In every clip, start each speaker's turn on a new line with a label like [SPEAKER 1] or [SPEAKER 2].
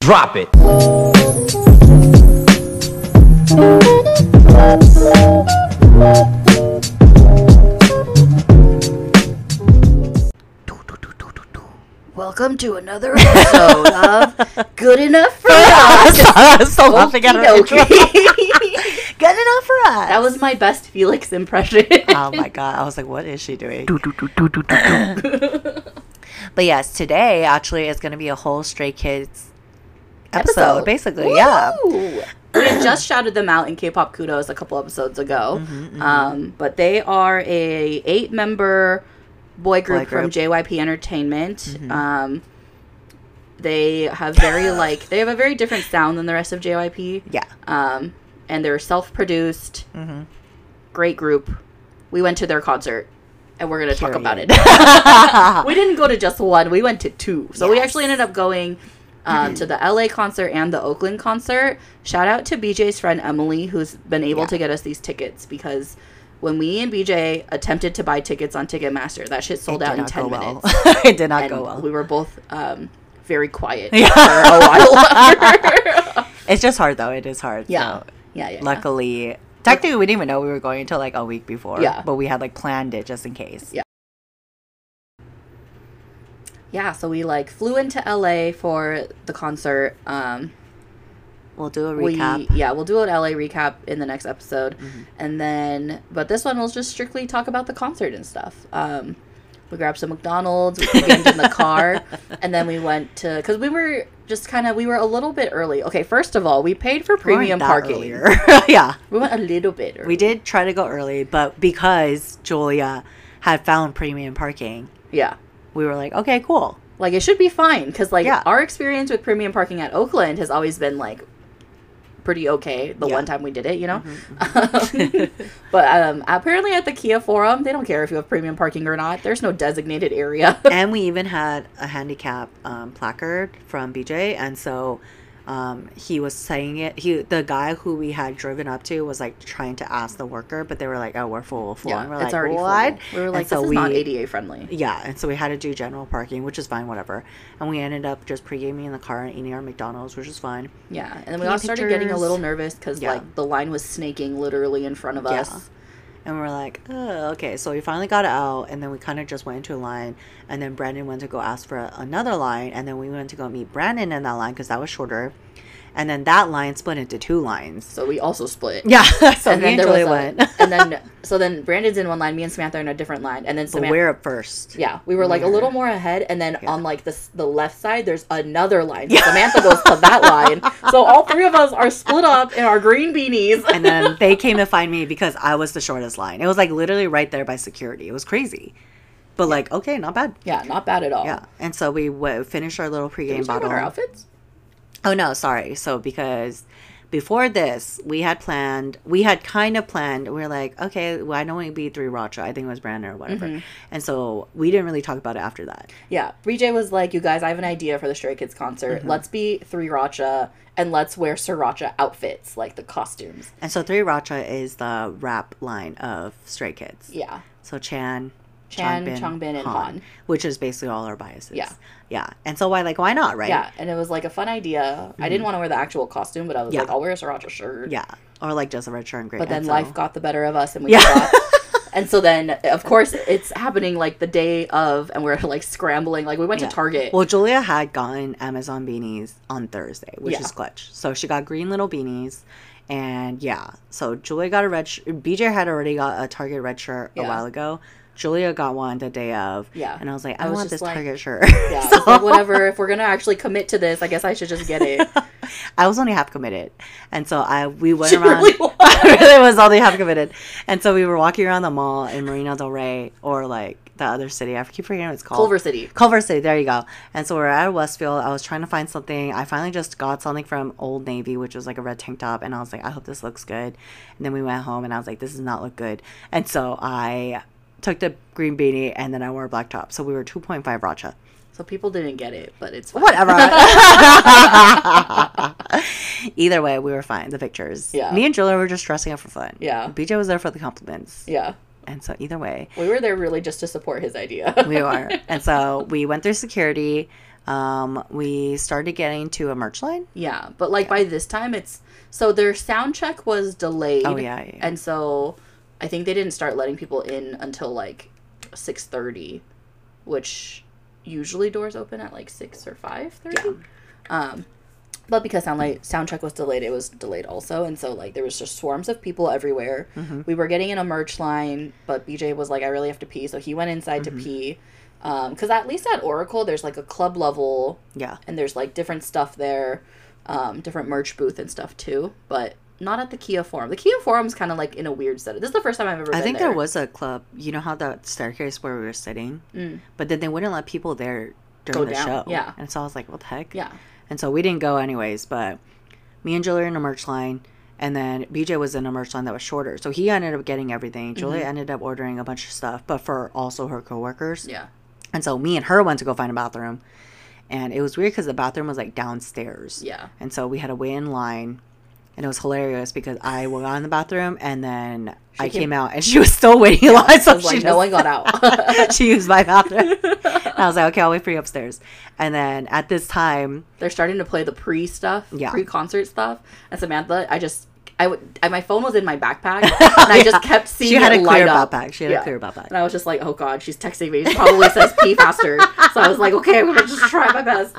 [SPEAKER 1] Drop it.
[SPEAKER 2] Welcome to another episode of Good Enough for Us.
[SPEAKER 3] I'm still laughing at her intro.
[SPEAKER 2] Okey-dokey.
[SPEAKER 3] Good enough for us.
[SPEAKER 2] that was my best Felix impression.
[SPEAKER 3] oh my god! I was like, what is she doing? but yes, today actually is going to be a whole Stray Kids episode,
[SPEAKER 2] Episode.
[SPEAKER 3] basically. Yeah.
[SPEAKER 2] Woo! We had just shouted them out in K-pop Kudos a couple episodes ago,
[SPEAKER 3] Mm-hmm,
[SPEAKER 2] um, but they are a eight member boy group,
[SPEAKER 3] Boy group. Mm-hmm.
[SPEAKER 2] from JYP Entertainment. Um, they have very like they have a very different sound than the rest of JYP.
[SPEAKER 3] Yeah. Mm-hmm.
[SPEAKER 2] um, and they're self produced. Great group. We went to their concert, and we're gonna talk about it. we didn't go to just one. We went to two. So we
[SPEAKER 3] Yes. Mm-hmm.
[SPEAKER 2] actually ended up going um, to the LA concert and the Oakland concert. Shout out to BJ's friend Emily, who's been able
[SPEAKER 3] Yeah.
[SPEAKER 2] to get us these tickets because when we and BJ attempted to buy tickets on Ticketmaster, that shit sold
[SPEAKER 3] It
[SPEAKER 2] out
[SPEAKER 3] did
[SPEAKER 2] in
[SPEAKER 3] not
[SPEAKER 2] ten
[SPEAKER 3] go
[SPEAKER 2] minutes.
[SPEAKER 3] Well. it did not
[SPEAKER 2] And
[SPEAKER 3] go well.
[SPEAKER 2] we were both um, very quiet
[SPEAKER 3] Yeah.
[SPEAKER 2] for a while. after.
[SPEAKER 3] it's just hard though. It is hard.
[SPEAKER 2] yeah.
[SPEAKER 3] so
[SPEAKER 2] yeah, yeah, yeah.
[SPEAKER 3] Luckily, technically, we didn't even know we were going until like a week before.
[SPEAKER 2] Yeah.
[SPEAKER 3] But we had like planned it just in case.
[SPEAKER 2] Yeah. yeah so we like flew into la for the concert um
[SPEAKER 3] We'll do a
[SPEAKER 2] we
[SPEAKER 3] recap. Mm-hmm.
[SPEAKER 2] yeah we'll do an la recap in the next episode and then but this one we'll just strictly talk about the concert and stuff um we grabbed some mcdonald's we gamed in the car and then we went to because we were just kind of we were a little bit early okay first of all we paid for
[SPEAKER 3] We weren't
[SPEAKER 2] premium
[SPEAKER 3] that
[SPEAKER 2] parking
[SPEAKER 3] earlier. yeah.
[SPEAKER 2] we went a little bit early.
[SPEAKER 3] We did try to go early, but because Julia had found premium parking,
[SPEAKER 2] yeah
[SPEAKER 3] we were like, okay, cool.
[SPEAKER 2] like it should be fine because like
[SPEAKER 3] Yeah.
[SPEAKER 2] our experience with premium parking at oakland has always been like pretty okay the
[SPEAKER 3] Yeah. Mm-hmm.
[SPEAKER 2] one time we did it you know Um, but um apparently at the kia forum they don't care if you have premium parking or not there's no designated area
[SPEAKER 3] and we even had a handicap um, placard from BJ, and so um, he was saying it. He the guy who we had driven up to was like trying to ask the worker, but they were like, "Oh, we're full, full." and we're
[SPEAKER 2] it's
[SPEAKER 3] like,
[SPEAKER 2] already
[SPEAKER 3] "What?"
[SPEAKER 2] full. we were
[SPEAKER 3] And
[SPEAKER 2] like this
[SPEAKER 3] so
[SPEAKER 2] is
[SPEAKER 3] we,
[SPEAKER 2] not ada friendly
[SPEAKER 3] Yeah, and so we had to do general parking, which is fine, whatever. And we ended up just pre-gaming in the car and eating our McDonald's, which is fine.
[SPEAKER 2] yeah and then we
[SPEAKER 3] Taking
[SPEAKER 2] all started getting a
[SPEAKER 3] pictures.
[SPEAKER 2] little nervous because
[SPEAKER 3] Yeah.
[SPEAKER 2] like the line was snaking literally in front of
[SPEAKER 3] Yeah.
[SPEAKER 2] us
[SPEAKER 3] And we were like, oh, okay. So we finally got out, and then we kind of just went into a line. And then Brandon went to go ask for another line, and then we went to go meet Brandon in that line because that was shorter. And then that line split into two lines.
[SPEAKER 2] so we also split
[SPEAKER 3] Yeah, so
[SPEAKER 2] and
[SPEAKER 3] me
[SPEAKER 2] then
[SPEAKER 3] and
[SPEAKER 2] there was
[SPEAKER 3] Julia
[SPEAKER 2] a,
[SPEAKER 3] went.
[SPEAKER 2] and then so then brandon's in one line me and samantha are in a different line and then
[SPEAKER 3] but
[SPEAKER 2] samantha
[SPEAKER 3] we're up first.
[SPEAKER 2] Yeah, we were like a
[SPEAKER 3] Weird.
[SPEAKER 2] little more ahead, and then on like the s- the left side, there's another line. So Samantha goes to that line, so all three of us are split up in our green beanies.
[SPEAKER 3] And then they came to find me because I was the shortest line. It was like literally right there by security. It was crazy. But like, okay, not bad.
[SPEAKER 2] yeah, not bad at all.
[SPEAKER 3] Yeah. And so we w- finished our little
[SPEAKER 2] Can
[SPEAKER 3] pregame
[SPEAKER 2] we talk
[SPEAKER 3] bottle.
[SPEAKER 2] about our outfits?
[SPEAKER 3] Oh no, sorry. So because before this, we had planned, we had kind of planned. We were like, okay, why don't we be three Racha? I think it was Brandon or whatever.
[SPEAKER 2] Mm-hmm.
[SPEAKER 3] And so we didn't really talk about it after that.
[SPEAKER 2] Yeah, BJ was like, "You guys, I have an idea for the Stray Kids concert.
[SPEAKER 3] Mm-hmm.
[SPEAKER 2] Let's be three Racha and let's wear Sriracha outfits, like the costumes."
[SPEAKER 3] And so three Racha is the rap line of Stray Kids.
[SPEAKER 2] Yeah,
[SPEAKER 3] So Chan,
[SPEAKER 2] Chan,
[SPEAKER 3] Changbin,
[SPEAKER 2] Changbin, and Han.
[SPEAKER 3] which is basically all our biases.
[SPEAKER 2] Yeah.
[SPEAKER 3] yeah. And so why, like, why not, right? Mm-hmm.
[SPEAKER 2] yeah, and it was like a fun idea. I didn't want to wear the actual costume, but I was
[SPEAKER 3] Yeah.
[SPEAKER 2] like, "I'll wear a Sriracha shirt."
[SPEAKER 3] yeah. Or like just a red shirt and gray.
[SPEAKER 2] but then
[SPEAKER 3] and so-
[SPEAKER 2] life got the better of us and we
[SPEAKER 3] Yeah.
[SPEAKER 2] stopped. and so then of course it's happening like the day of and we're like scrambling like we went
[SPEAKER 3] Yeah.
[SPEAKER 2] to target
[SPEAKER 3] Well, Julia had gotten Amazon beanies on Thursday, which
[SPEAKER 2] Yeah.
[SPEAKER 3] is clutch. So she got green little beanies, and yeah. So Julia got a red. Sh- BJ had already got a Target red shirt a
[SPEAKER 2] Yeah.
[SPEAKER 3] while ago. Julia got one the day of.
[SPEAKER 2] Yeah.
[SPEAKER 3] And I was like,
[SPEAKER 2] I
[SPEAKER 3] I,
[SPEAKER 2] was just
[SPEAKER 3] want this
[SPEAKER 2] like-
[SPEAKER 3] Target shirt.
[SPEAKER 2] yeah I
[SPEAKER 3] So
[SPEAKER 2] was like, whatever if we're gonna actually commit to this i guess i should just get it
[SPEAKER 3] I was only half committed, and so I we went
[SPEAKER 2] She
[SPEAKER 3] around.
[SPEAKER 2] really was.
[SPEAKER 3] I really was only half committed, and so we were walking around the mall in Marina del Rey or like the other city. I keep forgetting what it's called.
[SPEAKER 2] culver city
[SPEAKER 3] Culver City, there you go. And so we're at Westfield. I was trying to find something. I finally just got something from Old Navy, which was like a red tank top. And I was like, I hope this looks good. And then we went home and I was like, this does not look good. And so I took the green beanie and then I wore a black top. So we were 2.5 Racha.
[SPEAKER 2] so people didn't get it but it's fine.
[SPEAKER 3] Whatever. Either way, we were fine. The pictures.
[SPEAKER 2] Yeah.
[SPEAKER 3] Me and Julia were just dressing up for fun.
[SPEAKER 2] Yeah.
[SPEAKER 3] BJ was there for the compliments.
[SPEAKER 2] yeah
[SPEAKER 3] And so either way,
[SPEAKER 2] we were there really just to support his idea
[SPEAKER 3] we are. And so we went through security. Um, we started getting to a merch line.
[SPEAKER 2] Yeah, but like by this time it's so their sound check was delayed.
[SPEAKER 3] Oh, yeah, yeah, yeah.
[SPEAKER 2] And so I think they didn't start letting people in until like 6:30, which usually doors open at like 6 or 5:30. Um but because sound like sound check was delayed, it was delayed also, and so like there was just swarms of people everywhere.
[SPEAKER 3] Mm-hmm.
[SPEAKER 2] We were getting in a merch line, but BJ was like, "I really have to pee," so he went inside
[SPEAKER 3] Mm-hmm.
[SPEAKER 2] to pee. Because at least at Oracle, there's like a club level
[SPEAKER 3] Yeah.
[SPEAKER 2] and there's like different stuff there, um, different merch booth and stuff too, but not at the Kia Forum. The Kia Forum's kind of like in a weird setup. This is the first time I've ever.
[SPEAKER 3] I
[SPEAKER 2] been
[SPEAKER 3] think
[SPEAKER 2] there.
[SPEAKER 3] there was a club. You know how that staircase where we were sitting,
[SPEAKER 2] Mm.
[SPEAKER 3] but then they wouldn't let people there during
[SPEAKER 2] Go
[SPEAKER 3] the
[SPEAKER 2] down,
[SPEAKER 3] show.
[SPEAKER 2] yeah.
[SPEAKER 3] And so I was like, "What the heck?"
[SPEAKER 2] Yeah,
[SPEAKER 3] And so we didn't go anyways, but me and Julia in a merch line. And then BJ was in a merch line that was shorter. So he ended up getting everything.
[SPEAKER 2] Mm-hmm.
[SPEAKER 3] Julia ended up ordering a bunch of stuff, but for also her coworkers.
[SPEAKER 2] yeah,
[SPEAKER 3] And so me and her went to go find a bathroom. And it was weird because the bathroom was like downstairs.
[SPEAKER 2] yeah.
[SPEAKER 3] And so we had to wait in line. And it was hilarious because I went out in the bathroom and then I
[SPEAKER 2] came-
[SPEAKER 3] came, out and she was still waiting in line. So
[SPEAKER 2] I was like,
[SPEAKER 3] she just-
[SPEAKER 2] no one got out.
[SPEAKER 3] she used my bathroom. and I was like, okay, I'll wait for you upstairs. And then at this time,
[SPEAKER 2] They're starting to play the pre stuff,
[SPEAKER 3] Yeah.
[SPEAKER 2] pre concert stuff, and Samantha, I just. I would, I, my phone was in my backpack, and I just kept seeing
[SPEAKER 3] she had
[SPEAKER 2] it
[SPEAKER 3] a
[SPEAKER 2] light
[SPEAKER 3] clear
[SPEAKER 2] up.
[SPEAKER 3] backpack. She had
[SPEAKER 2] Yeah.
[SPEAKER 3] a clear backpack.
[SPEAKER 2] And I was just like, oh god, she's texting me. She probably says pee faster. So I was like, okay, I'm gonna just try my best.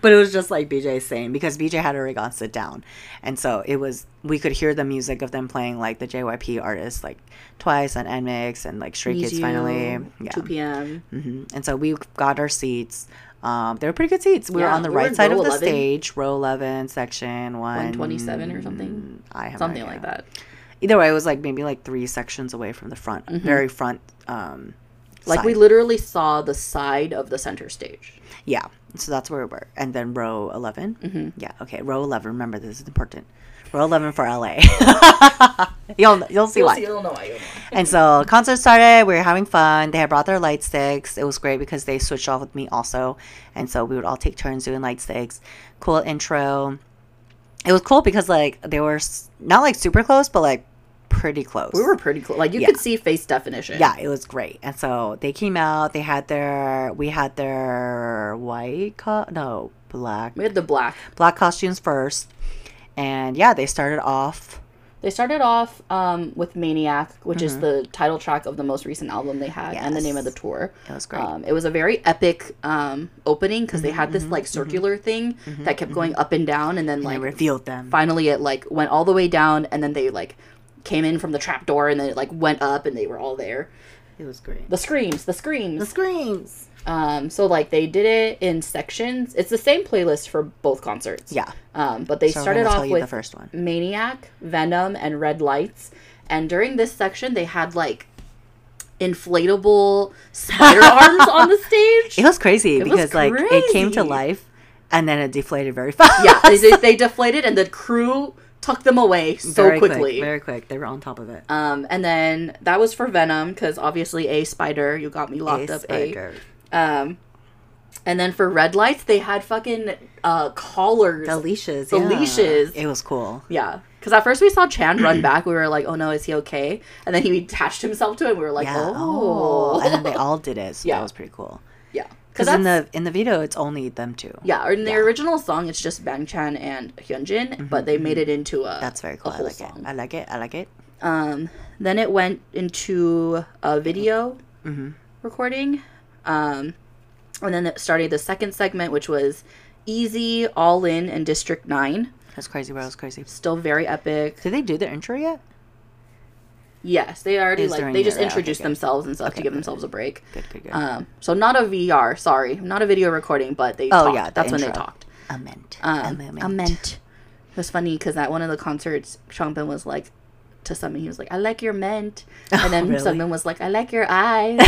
[SPEAKER 3] But it was just like BJ saying because BJ had already gone sit down, and so it was we could hear the music of them playing like the JYP artists like Twice and NMIX and like Stray Kids finally, yeah.
[SPEAKER 2] 2 p.m.
[SPEAKER 3] hmm And so we got our seats. Um, they were pretty good seats. We were
[SPEAKER 2] Yeah,
[SPEAKER 3] on the
[SPEAKER 2] we were in
[SPEAKER 3] right side of
[SPEAKER 2] row
[SPEAKER 3] the
[SPEAKER 2] 11.
[SPEAKER 3] stage, row eleven, section one
[SPEAKER 2] 127 or something?
[SPEAKER 3] I have no
[SPEAKER 2] something
[SPEAKER 3] idea.
[SPEAKER 2] like that.
[SPEAKER 3] Either way, it was like maybe like three sections away from the front, very front. Um,
[SPEAKER 2] Mm-hmm. Like we
[SPEAKER 3] side.
[SPEAKER 2] literally saw the side of the center stage.
[SPEAKER 3] Yeah. So that's where we were. And then row 11. Mm-hmm. Yeah. Okay. Row 11. Remember, this is important. Row 11 for LA. you'll, you'll see why. and so concert started. We were having fun. They had brought their light sticks. It was great because they switched off with me also. And so we would all take turns doing light sticks. Cool intro. It was cool because, like, they were s- not like super close, but like pretty close.
[SPEAKER 2] We were pretty close. Like you
[SPEAKER 3] Yeah.
[SPEAKER 2] could see face definition.
[SPEAKER 3] Yeah, it was great. And so they came out. They had their we had their white co- no black
[SPEAKER 2] We had the black.
[SPEAKER 3] black costumes first, and yeah, they started off.
[SPEAKER 2] They started off um, with Maniac, which is the title track of the most recent album they had and the name of the
[SPEAKER 3] Mm-hmm.
[SPEAKER 2] tour.
[SPEAKER 3] Yes. It was great. Mm-hmm,
[SPEAKER 2] Um, it was a very epic um, opening because they had this like circular thing that kept going up and down and then
[SPEAKER 3] I
[SPEAKER 2] like
[SPEAKER 3] revealed them.
[SPEAKER 2] finally it like went all the way down and then they like came in from the trap door and then it like went up and they were all there.
[SPEAKER 3] It was great.
[SPEAKER 2] The screams, the screams.
[SPEAKER 3] The screams.
[SPEAKER 2] Um, so like they did it in sections. It's the same playlist for both concerts.
[SPEAKER 3] Yeah.
[SPEAKER 2] Um, but they
[SPEAKER 3] So we're
[SPEAKER 2] started
[SPEAKER 3] gonna tell
[SPEAKER 2] off
[SPEAKER 3] you the
[SPEAKER 2] with
[SPEAKER 3] first one.
[SPEAKER 2] Maniac, Venom, and Red Lights. And during this section, they had like inflatable spider arms on the stage.
[SPEAKER 3] It was crazy
[SPEAKER 2] was
[SPEAKER 3] because like it came to
[SPEAKER 2] crazy.
[SPEAKER 3] life, and then it deflated very fast.
[SPEAKER 2] yeah, they, they, they deflated, and the crew took them away so
[SPEAKER 3] very quick,
[SPEAKER 2] quickly.
[SPEAKER 3] very quick. They were on top of it.
[SPEAKER 2] um, and then that was for Venom because obviously a spider, you got me locked up. eh? A.
[SPEAKER 3] spider.
[SPEAKER 2] Um, and then for Red Lights, they had fucking uh collars.
[SPEAKER 3] The leashes.
[SPEAKER 2] The
[SPEAKER 3] yeah.
[SPEAKER 2] leashes.
[SPEAKER 3] It was cool.
[SPEAKER 2] Yeah. Because at first we saw Chan run back. We were like, oh no, is he okay? And then he attached himself to it. We were like,
[SPEAKER 3] Yeah.
[SPEAKER 2] oh.
[SPEAKER 3] And then they all did it. So
[SPEAKER 2] Yeah.
[SPEAKER 3] that was pretty cool.
[SPEAKER 2] yeah. Because
[SPEAKER 3] Because in the in the video, it's only them two.
[SPEAKER 2] yeah, in the original song, it's just Bang Chan and Hyunjin, but they made it into a.
[SPEAKER 3] Mm-hmm, That's very cool. I
[SPEAKER 2] whole
[SPEAKER 3] like
[SPEAKER 2] song.
[SPEAKER 3] it. I like it. I like it.
[SPEAKER 2] Um, then it went into a video
[SPEAKER 3] Mm-hmm.
[SPEAKER 2] recording. Um, and then it started the second segment, which was Easy, All In, and District 9.
[SPEAKER 3] That's crazy. Bro, that's crazy.
[SPEAKER 2] Still very epic.
[SPEAKER 3] Did they do their intro yet?
[SPEAKER 2] Yes, they already
[SPEAKER 3] Is
[SPEAKER 2] like
[SPEAKER 3] during
[SPEAKER 2] they
[SPEAKER 3] the-
[SPEAKER 2] just
[SPEAKER 3] yeah, okay,
[SPEAKER 2] introduced
[SPEAKER 3] good.
[SPEAKER 2] themselves and stuff to give themselves a break.
[SPEAKER 3] Good, good, good.
[SPEAKER 2] Um, so not a VR, sorry, not a video recording, but they.
[SPEAKER 3] Oh,
[SPEAKER 2] talked.
[SPEAKER 3] yeah, the
[SPEAKER 2] that's when they
[SPEAKER 3] intro.
[SPEAKER 2] talked.
[SPEAKER 3] Amend.
[SPEAKER 2] Um, a ment. It was funny because at one of the concerts, Seangbin was like to Summon, he was like, "I like your ment," and then
[SPEAKER 3] Oh, really?
[SPEAKER 2] Summon was like, "I like your eyes."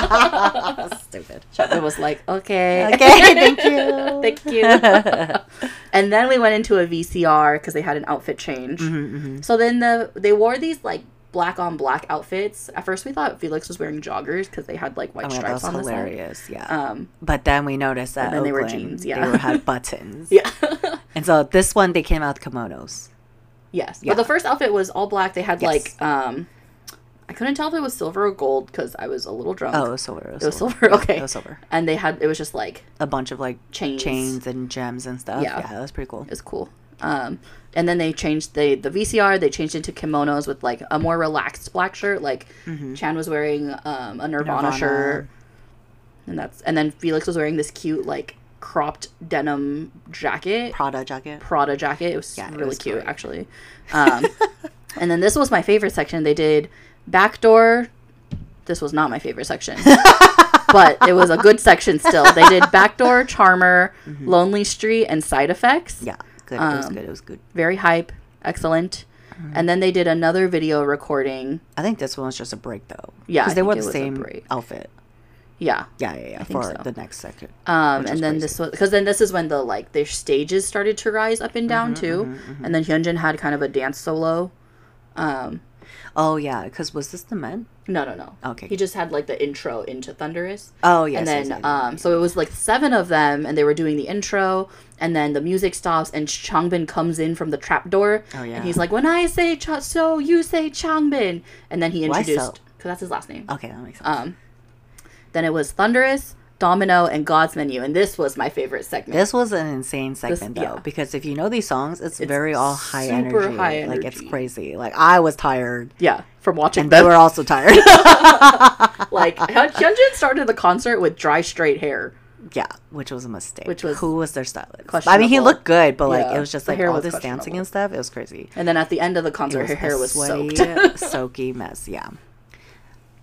[SPEAKER 3] Stupid.
[SPEAKER 2] Seangbin was like, "Okay,
[SPEAKER 3] Okay, thank you.
[SPEAKER 2] thank you." and then we went into a VCR because they had an outfit change.
[SPEAKER 3] Mm-hmm,
[SPEAKER 2] So then the they wore these like black on black outfits. At first, we thought Felix was wearing joggers because they had like white
[SPEAKER 3] Oh my god, that
[SPEAKER 2] stripes
[SPEAKER 3] was
[SPEAKER 2] on the side.
[SPEAKER 3] hilarious. Yeah.
[SPEAKER 2] Um,
[SPEAKER 3] but then we noticed that
[SPEAKER 2] and then they were
[SPEAKER 3] Oakland,
[SPEAKER 2] jeans, yeah.
[SPEAKER 3] they were, had buttons.
[SPEAKER 2] yeah.
[SPEAKER 3] And so this one, they came out with kimonos.
[SPEAKER 2] Yes.
[SPEAKER 3] Yeah.
[SPEAKER 2] But the first outfit was all black. They had
[SPEAKER 3] Yes.
[SPEAKER 2] like um I couldn't tell if it was silver or gold because I was a little drunk.
[SPEAKER 3] Oh, it was silver.
[SPEAKER 2] It was silver, okay.
[SPEAKER 3] It was silver.
[SPEAKER 2] And they had it was just like
[SPEAKER 3] A bunch of like
[SPEAKER 2] Chains.
[SPEAKER 3] chains and gems and stuff.
[SPEAKER 2] Yeah.
[SPEAKER 3] Yeah, that was pretty cool.
[SPEAKER 2] it was cool. Um, and then they changed the the VCR. They changed into kimonos with like a more relaxed black shirt. Like Chan was wearing um, a Nirvana,
[SPEAKER 3] Mm-hmm. Nirvana.
[SPEAKER 2] shirt, and that's and then Felix was wearing this cute like cropped denim jacket,
[SPEAKER 3] Prada jacket.
[SPEAKER 2] Prada jacket. It was
[SPEAKER 3] Yeah, it
[SPEAKER 2] really
[SPEAKER 3] was
[SPEAKER 2] cute
[SPEAKER 3] great.
[SPEAKER 2] actually. Um, and then this was my favorite section. They did backdoor. This was not my favorite section. But it was a good section still. They did Backdoor, Charmer, Lonely Street, and Side Effects
[SPEAKER 3] Mm-hmm. Yeah, good. it was
[SPEAKER 2] Um,
[SPEAKER 3] good. It was good.
[SPEAKER 2] very hype, excellent.
[SPEAKER 3] Mm-hmm.
[SPEAKER 2] And then they did another video recording.
[SPEAKER 3] I think this one was just a break though.
[SPEAKER 2] Yeah, I
[SPEAKER 3] because they wore
[SPEAKER 2] think it
[SPEAKER 3] the
[SPEAKER 2] was a
[SPEAKER 3] same
[SPEAKER 2] break.
[SPEAKER 3] outfit.
[SPEAKER 2] Yeah.
[SPEAKER 3] Yeah, yeah, yeah.
[SPEAKER 2] think
[SPEAKER 3] For
[SPEAKER 2] so.
[SPEAKER 3] the next section.
[SPEAKER 2] Um,
[SPEAKER 3] Which
[SPEAKER 2] and
[SPEAKER 3] is
[SPEAKER 2] then
[SPEAKER 3] crazy.
[SPEAKER 2] this was because then this is when the like their stages started to rise up and down
[SPEAKER 3] Mm-hmm,
[SPEAKER 2] too, and then Hyunjin had kind of a dance solo. Um,
[SPEAKER 3] Oh yeah, because was this the men?
[SPEAKER 2] no, no, no.
[SPEAKER 3] Okay.
[SPEAKER 2] He just had like the intro into Thunderous.
[SPEAKER 3] Oh yes.
[SPEAKER 2] and
[SPEAKER 3] yes,
[SPEAKER 2] then
[SPEAKER 3] yes, yes.
[SPEAKER 2] um, so it was like seven of them, and they were doing the intro, and then the music stops, and Changbin comes in from the trap door,
[SPEAKER 3] Oh, yeah.
[SPEAKER 2] and he's like, "When I say cha- so, you say Changbin," and then he
[SPEAKER 3] Why
[SPEAKER 2] introduced
[SPEAKER 3] so?
[SPEAKER 2] because that's his last name.
[SPEAKER 3] okay, that makes sense.
[SPEAKER 2] Um, then it was Thunderous, Domino, and God's Menu, and this was my favorite segment.
[SPEAKER 3] This was an insane segment though,
[SPEAKER 2] yeah.
[SPEAKER 3] because if you know these songs, it's, very all high
[SPEAKER 2] super
[SPEAKER 3] energy.
[SPEAKER 2] high
[SPEAKER 3] Like it's
[SPEAKER 2] energy.
[SPEAKER 3] crazy. Like I was tired,
[SPEAKER 2] yeah, from watching
[SPEAKER 3] and they
[SPEAKER 2] them.
[SPEAKER 3] were also tired.
[SPEAKER 2] like Hyun- Hyunjin started the concert with dry straight hair.
[SPEAKER 3] yeah, which was a mistake.
[SPEAKER 2] Which was
[SPEAKER 3] who was their stylist? I mean, he
[SPEAKER 2] questionable.
[SPEAKER 3] looked good, but like
[SPEAKER 2] Yeah,
[SPEAKER 3] it was just
[SPEAKER 2] the
[SPEAKER 3] like
[SPEAKER 2] hair
[SPEAKER 3] all
[SPEAKER 2] was
[SPEAKER 3] this dancing
[SPEAKER 2] questionable.
[SPEAKER 3] and stuff. It was crazy.
[SPEAKER 2] And then at the end of the
[SPEAKER 3] It
[SPEAKER 2] concert, her
[SPEAKER 3] a
[SPEAKER 2] hair was soaked.
[SPEAKER 3] sweaty, soaky mess. Yeah,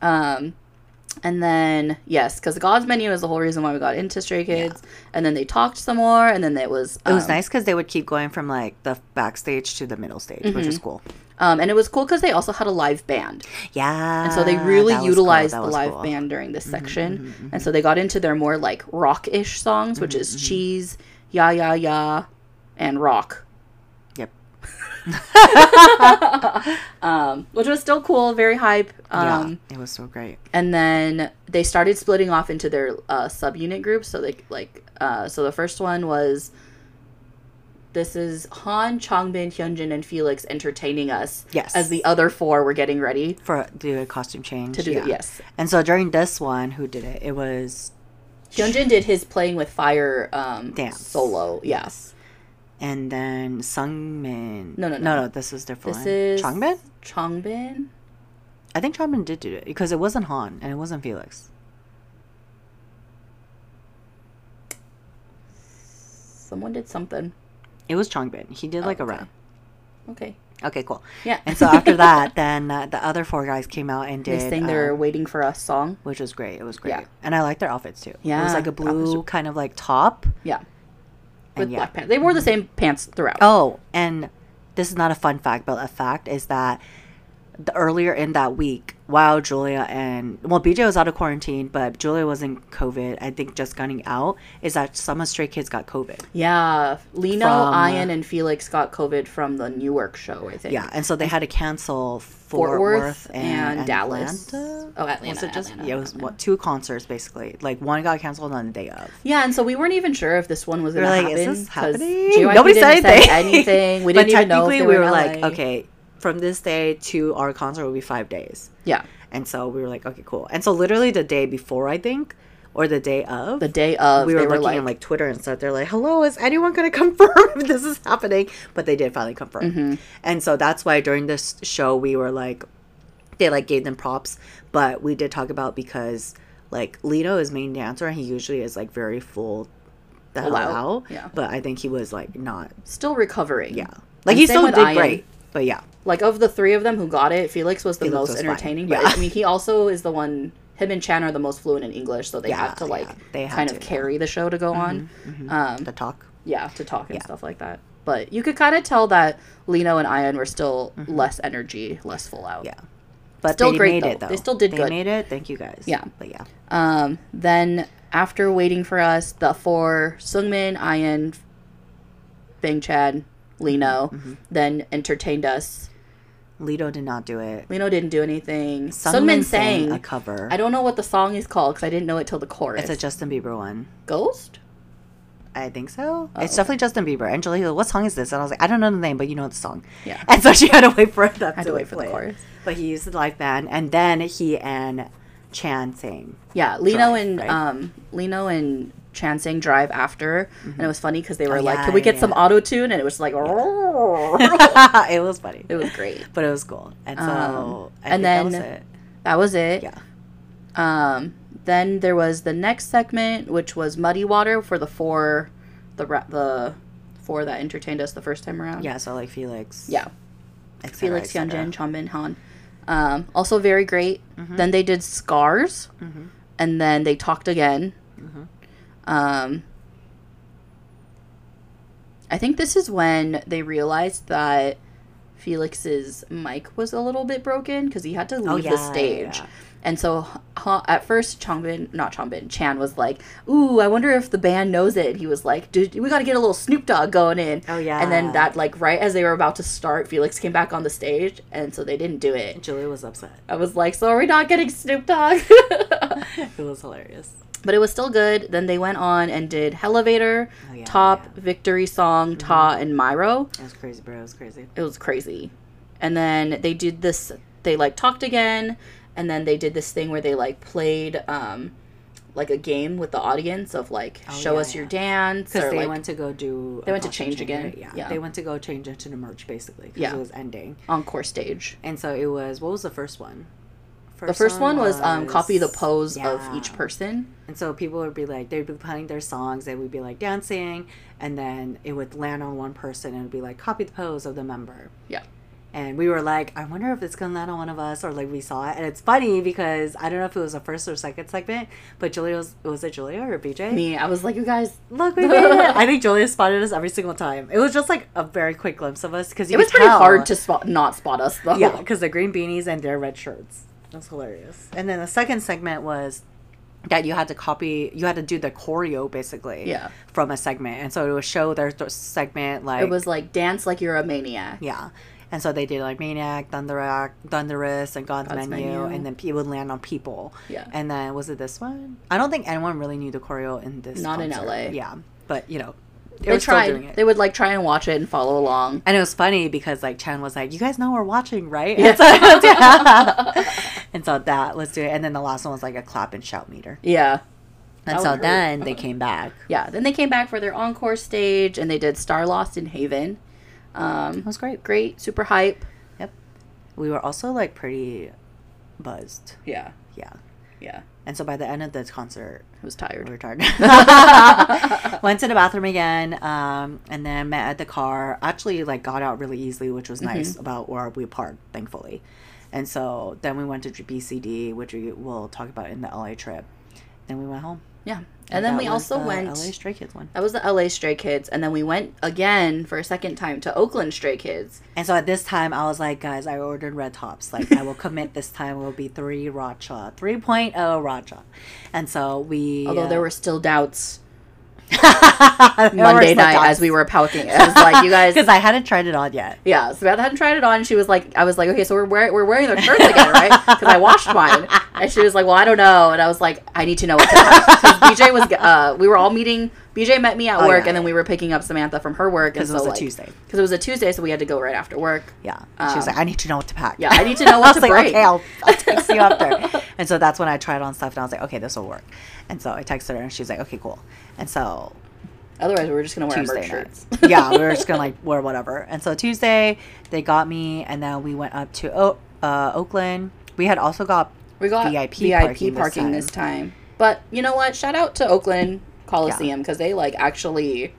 [SPEAKER 2] Um, and then yes, because God's Menu is the whole reason why we got into Stray Kids. And then they talked some more, and then it was
[SPEAKER 3] it was
[SPEAKER 2] um,
[SPEAKER 3] nice because they would keep going from like the backstage to the middle stage, which was cool.
[SPEAKER 2] Um, and it was cool because they also had a live band.
[SPEAKER 3] Yeah,
[SPEAKER 2] And so they really
[SPEAKER 3] Ah, that was cool,
[SPEAKER 2] utilized
[SPEAKER 3] that
[SPEAKER 2] the
[SPEAKER 3] was
[SPEAKER 2] live
[SPEAKER 3] cool. Mm-hmm,
[SPEAKER 2] band during this section. And so they got into their more like rock ish songs,
[SPEAKER 3] Mm-hmm,
[SPEAKER 2] which is Cheese, Ya Ya Ya, and Rock,
[SPEAKER 3] Yep.
[SPEAKER 2] um, which was still cool, very hype. Um,
[SPEAKER 3] yeah, it was so great.
[SPEAKER 2] And then they started splitting off into their uh, subunit groups. So they like, uh, so the first one was this is Han, Changbin, Hyunjin, and Felix entertaining us.
[SPEAKER 3] Yes.
[SPEAKER 2] As the other four were getting ready
[SPEAKER 3] For the costume change
[SPEAKER 2] to do
[SPEAKER 3] yeah.
[SPEAKER 2] it. Yes.
[SPEAKER 3] And so during this one, who did it? It was
[SPEAKER 2] Hyunjin did his playing with fire um,
[SPEAKER 3] Dance.
[SPEAKER 2] solo. Yes.
[SPEAKER 3] and then Sungmin.
[SPEAKER 2] No, no,
[SPEAKER 3] no,
[SPEAKER 2] no.
[SPEAKER 3] no. This is different.
[SPEAKER 2] This is
[SPEAKER 3] Changbin.
[SPEAKER 2] Changbin.
[SPEAKER 3] I think Changbin did do it because it wasn't Han and it wasn't Felix.
[SPEAKER 2] Someone did something.
[SPEAKER 3] It was Changbin. He did like a
[SPEAKER 2] okay.
[SPEAKER 3] rap.
[SPEAKER 2] Okay.
[SPEAKER 3] Okay, cool.
[SPEAKER 2] Yeah.
[SPEAKER 3] And so after that, then uh, the other four guys came out and
[SPEAKER 2] they
[SPEAKER 3] did
[SPEAKER 2] sang their
[SPEAKER 3] um,
[SPEAKER 2] "Waiting for Us" song.
[SPEAKER 3] which was great. It was great,
[SPEAKER 2] Yeah.
[SPEAKER 3] and I liked their outfits too. it
[SPEAKER 2] Yeah,
[SPEAKER 3] was like a
[SPEAKER 2] the outfits
[SPEAKER 3] blue
[SPEAKER 2] were-
[SPEAKER 3] kind of like top.
[SPEAKER 2] Yeah. With
[SPEAKER 3] and yeah.
[SPEAKER 2] black pants. They wore the same pants throughout.
[SPEAKER 3] Oh, and this is not a fun fact, but a fact is that the earlier in that week, while Julia and well, BJ was out of quarantine, but Julia was in COVID. I think just gunning out is that some of Stray Kids got COVID.
[SPEAKER 2] Yeah, Lino,
[SPEAKER 3] From- uh,
[SPEAKER 2] Ian, and Felix got COVID from the Newark show, I think.
[SPEAKER 3] Yeah, and so they had to cancel Fort,
[SPEAKER 2] Fort
[SPEAKER 3] Worth,
[SPEAKER 2] Worth and Dallas.
[SPEAKER 3] Atlanta?
[SPEAKER 2] Oh, Atlanta,
[SPEAKER 3] Was it just
[SPEAKER 2] Atlanta,
[SPEAKER 3] yeah? It was what two concerts basically. Like one got canceled on the day of.
[SPEAKER 2] Yeah, and so we weren't even sure if this one was
[SPEAKER 3] We
[SPEAKER 2] going to
[SPEAKER 3] were like,
[SPEAKER 2] happen.
[SPEAKER 3] is this
[SPEAKER 2] 'cause
[SPEAKER 3] happening?
[SPEAKER 2] JYP
[SPEAKER 3] Nobody
[SPEAKER 2] didn't
[SPEAKER 3] said anything.
[SPEAKER 2] say anything. We didn't
[SPEAKER 3] but
[SPEAKER 2] even know if
[SPEAKER 3] technically,
[SPEAKER 2] they
[SPEAKER 3] we
[SPEAKER 2] in
[SPEAKER 3] were like,
[SPEAKER 2] LA.
[SPEAKER 3] okay, from this day to our concert will be five days.
[SPEAKER 2] Yeah,
[SPEAKER 3] And so we were like, okay, cool. And so literally the day before, I think, or the day of,
[SPEAKER 2] the day of,
[SPEAKER 3] we were
[SPEAKER 2] they
[SPEAKER 3] looking
[SPEAKER 2] were like,
[SPEAKER 3] on like Twitter and stuff. They're like, hello, is anyone going to confirm if this is happening? But they did finally confirm.
[SPEAKER 2] Mm-hmm.
[SPEAKER 3] And so that's why during this show, we were like, they like gave them props, but we did talk about because like Lito is main dancer and he usually is like very full the hell
[SPEAKER 2] out,
[SPEAKER 3] out.
[SPEAKER 2] yeah.
[SPEAKER 3] But I think he was like not,
[SPEAKER 2] still recovering.
[SPEAKER 3] yeah. Like
[SPEAKER 2] And
[SPEAKER 3] he
[SPEAKER 2] same
[SPEAKER 3] still
[SPEAKER 2] with
[SPEAKER 3] did
[SPEAKER 2] Ian.
[SPEAKER 3] great. But yeah.
[SPEAKER 2] Like, of the three of them who got it, Felix was the
[SPEAKER 3] Felix
[SPEAKER 2] most
[SPEAKER 3] was fine.
[SPEAKER 2] entertaining.
[SPEAKER 3] Yeah.
[SPEAKER 2] But I mean, he also is the one, him and Chan are the most fluent in English, so they
[SPEAKER 3] Yeah,
[SPEAKER 2] have to, like,
[SPEAKER 3] yeah, they had
[SPEAKER 2] kind
[SPEAKER 3] to,
[SPEAKER 2] of
[SPEAKER 3] yeah. Mm-hmm,
[SPEAKER 2] carry the show to go on. Um,
[SPEAKER 3] The talk.
[SPEAKER 2] yeah, to talk and stuff like that. But you could kind of tell that Lino and Ion were still less energy, less full out.
[SPEAKER 3] Mm-hmm. Yeah. But
[SPEAKER 2] Still
[SPEAKER 3] they
[SPEAKER 2] great,
[SPEAKER 3] made
[SPEAKER 2] though.
[SPEAKER 3] it though.
[SPEAKER 2] They still did
[SPEAKER 3] they
[SPEAKER 2] good.
[SPEAKER 3] made it. Thank you guys.
[SPEAKER 2] Yeah.
[SPEAKER 3] But yeah.
[SPEAKER 2] Um, then after waiting for us, the four Sungmin, Ion, Bang Chad, Lino,
[SPEAKER 3] Mm-hmm.
[SPEAKER 2] then entertained us.
[SPEAKER 3] Lito did not do it.
[SPEAKER 2] Lino didn't do anything.
[SPEAKER 3] Sungmin
[SPEAKER 2] Sungmin sang.
[SPEAKER 3] a cover.
[SPEAKER 2] I don't know what the song is called because I didn't know it till the chorus.
[SPEAKER 3] it's a Justin Bieber one.
[SPEAKER 2] ghost.
[SPEAKER 3] I think so.
[SPEAKER 2] Oh,
[SPEAKER 3] it's definitely Justin Bieber. And Julie, what song is this? And I was like, I don't know the name, but you know the song.
[SPEAKER 2] Yeah.
[SPEAKER 3] And so she had to wait for it. I
[SPEAKER 2] had to wait for the chorus.
[SPEAKER 3] But he used the live band, and then he and Chan sang.
[SPEAKER 2] Yeah, Lino
[SPEAKER 3] Drive,
[SPEAKER 2] and
[SPEAKER 3] right?
[SPEAKER 2] um, Lino and Chan sang Drive after, and it was funny because they were
[SPEAKER 3] Oh,
[SPEAKER 2] like,
[SPEAKER 3] yeah,
[SPEAKER 2] "Can we get
[SPEAKER 3] yeah,
[SPEAKER 2] some
[SPEAKER 3] yeah.
[SPEAKER 2] auto tune?" And it was like,
[SPEAKER 3] it was funny,
[SPEAKER 2] it was great.
[SPEAKER 3] but it was cool. And so,
[SPEAKER 2] Um,
[SPEAKER 3] I
[SPEAKER 2] and
[SPEAKER 3] think that was
[SPEAKER 2] then-
[SPEAKER 3] it.
[SPEAKER 2] That was it.
[SPEAKER 3] yeah,
[SPEAKER 2] Um, then there was the next segment, which was Muddy Water for the four, the ra- the four that entertained us the first time around.
[SPEAKER 3] yeah. So like Felix,
[SPEAKER 2] yeah.
[SPEAKER 3] et cetera,
[SPEAKER 2] Felix
[SPEAKER 3] et cetera.
[SPEAKER 2] Yeonjin, Chon Bin Han.
[SPEAKER 3] Mm-hmm.
[SPEAKER 2] Um, also very great. Then they did Scars,
[SPEAKER 3] Mm-hmm.
[SPEAKER 2] and then they talked again. Um, I think this is when they realized that Felix's mic was a little bit broken because he had to leave
[SPEAKER 3] Oh, yeah,
[SPEAKER 2] the
[SPEAKER 3] yeah,
[SPEAKER 2] stage.
[SPEAKER 3] yeah.
[SPEAKER 2] And so ha, at first, Changbin, not Changbin, Chan was like, Ooh, I wonder if the band knows it. And he was like, Dude, we got to get a little Snoop Dogg going in.
[SPEAKER 3] Oh,
[SPEAKER 2] And then
[SPEAKER 3] yeah.
[SPEAKER 2] that, like, right as they were about to start, Felix came back on the stage. And so they didn't do it.
[SPEAKER 3] Julie was upset.
[SPEAKER 2] I was like, So are we not getting Snoop Dogg?
[SPEAKER 3] It was hilarious.
[SPEAKER 2] but it was still good. Then they went on and did Elevator,
[SPEAKER 3] Oh, yeah,
[SPEAKER 2] Top,
[SPEAKER 3] yeah. Mm-hmm.
[SPEAKER 2] Victory Song, Ta, and Myro.
[SPEAKER 3] It was crazy, bro. It was crazy.
[SPEAKER 2] It was crazy. And then they did this, they like talked again, and then they did this thing where they like played um, like a game with the audience of like, show
[SPEAKER 3] Oh, yeah,
[SPEAKER 2] us your
[SPEAKER 3] yeah.
[SPEAKER 2] dance.
[SPEAKER 3] Because
[SPEAKER 2] Or,
[SPEAKER 3] they
[SPEAKER 2] like,
[SPEAKER 3] went to go do.
[SPEAKER 2] They
[SPEAKER 3] a
[SPEAKER 2] went to
[SPEAKER 3] costume
[SPEAKER 2] change again.
[SPEAKER 3] right? Yeah.
[SPEAKER 2] Yeah.
[SPEAKER 3] They went to go change into the merch basically because
[SPEAKER 2] Yeah.
[SPEAKER 3] it was ending.
[SPEAKER 2] encore stage.
[SPEAKER 3] And so it was. What was the first one?
[SPEAKER 2] The first one was um, copy the pose of each
[SPEAKER 3] yeah.
[SPEAKER 2] person.
[SPEAKER 3] And so people would be like, they'd be playing their songs, they would be like dancing, and then it would land on one person and it'd be like, copy the pose of the member.
[SPEAKER 2] Yeah.
[SPEAKER 3] And we were like, I wonder if it's gonna land on one of us, or like we saw it. And it's funny because I don't know if it was the first or second segment, but Julia was, was it Julia or BJ?
[SPEAKER 2] Me, I was like, you guys,
[SPEAKER 3] Look, we made it. I think Julia spotted us every single time. It was just like a very quick glimpse of us because
[SPEAKER 2] it was pretty hard to spot, not spot us though.
[SPEAKER 3] yeah, because the green beanies and their red shirts. That's hilarious. And then the second segment was that you had to copy, you had to do the choreo basically.
[SPEAKER 2] Yeah.
[SPEAKER 3] From a segment, and so it would show their th- segment like
[SPEAKER 2] It was like dance like you're a maniac.
[SPEAKER 3] yeah. And so they did like Maniac, Thunderac, Thunderous, and God's,
[SPEAKER 2] God's
[SPEAKER 3] Menu,
[SPEAKER 2] Menu.
[SPEAKER 3] and then it would land on people.
[SPEAKER 2] Yeah.
[SPEAKER 3] And then was it this one? I don't think anyone really knew the choreo in this.
[SPEAKER 2] Not in
[SPEAKER 3] concert.
[SPEAKER 2] LA.
[SPEAKER 3] Yeah, but you know, they,
[SPEAKER 2] They
[SPEAKER 3] were
[SPEAKER 2] tried.
[SPEAKER 3] Still doing it.
[SPEAKER 2] They would like try and watch it and follow along.
[SPEAKER 3] And it was funny because like Chen was like, "You guys know we're watching, right?"
[SPEAKER 2] Yeah.
[SPEAKER 3] And, so, yeah. and so that was doing. And then the last one was like a clap and shout meter.
[SPEAKER 2] Yeah.
[SPEAKER 3] And
[SPEAKER 2] That
[SPEAKER 3] so
[SPEAKER 2] would hurt.
[SPEAKER 3] then they came back.
[SPEAKER 2] Yeah. Then they came back for their encore stage and they did Star Lost in Haven. Um,
[SPEAKER 3] It was great.
[SPEAKER 2] great, super hype.
[SPEAKER 3] Yep. We were also like pretty buzzed.
[SPEAKER 2] Yeah.
[SPEAKER 3] Yeah.
[SPEAKER 2] Yeah.
[SPEAKER 3] And so by the end of the concert,
[SPEAKER 2] I was
[SPEAKER 3] we
[SPEAKER 2] tired.
[SPEAKER 3] were tired. Went to the bathroom again, um, and then met at the car. Actually, like got out really easily, which was nice
[SPEAKER 2] Mm-hmm.
[SPEAKER 3] about where we parked, thankfully. And so then we went to BCD, which we will talk about in the LA trip. Then we went home.
[SPEAKER 2] Yeah. And then
[SPEAKER 3] that
[SPEAKER 2] we
[SPEAKER 3] was
[SPEAKER 2] also
[SPEAKER 3] the
[SPEAKER 2] went.
[SPEAKER 3] LA Stray Kids one.
[SPEAKER 2] That was the LA Stray Kids, and then we went again for a second time to Oakland Stray Kids.
[SPEAKER 3] And so at this time, I was like, guys, I ordered red tops. Like, I will commit this time. It will be three Racha, 3.0 Racha. And so we.
[SPEAKER 2] Although there were still doubts
[SPEAKER 3] uh, were
[SPEAKER 2] Monday night as we were packing. I was like, you guys,
[SPEAKER 3] Because I hadn't tried it on yet.
[SPEAKER 2] Yeah, Samantha hadn't tried it on. She was like, I was like, okay, so we're wearing, we're wearing their shirts again, right? Because I washed mine. And she was like, well, I don't know. And I was like, I need to know what to Because BJ was, uh, we were all meeting. BJ met me at
[SPEAKER 3] Oh,
[SPEAKER 2] work,
[SPEAKER 3] yeah,
[SPEAKER 2] and then
[SPEAKER 3] yeah.
[SPEAKER 2] we were picking up Samantha from her work.
[SPEAKER 3] Because it was a Tuesday.
[SPEAKER 2] Because it was a Tuesday, so we had to go right after work.
[SPEAKER 3] Yeah. And she was
[SPEAKER 2] Um,
[SPEAKER 3] like, I need to know what to pack.
[SPEAKER 2] yeah, I need to know what
[SPEAKER 3] I was
[SPEAKER 2] to
[SPEAKER 3] like,
[SPEAKER 2] bring.
[SPEAKER 3] okay, I'll, I'll text you after. And so that's when I tried on stuff and I was like, okay, this will work. And so I texted her and she was like, okay, cool. And so
[SPEAKER 2] Otherwise, we were just going to wear our
[SPEAKER 3] Tuesday
[SPEAKER 2] merch shirts.
[SPEAKER 3] nights. yeah, we were just gonna like wear whatever. And so Tuesday, they got me, and then we went up to o- uh, Oakland. We had also got
[SPEAKER 2] We got
[SPEAKER 3] VIP
[SPEAKER 2] VIP,
[SPEAKER 3] parking
[SPEAKER 2] parking,
[SPEAKER 3] this time.
[SPEAKER 2] this, time. But you know what? Shout out to Oakland Coliseum because they like actually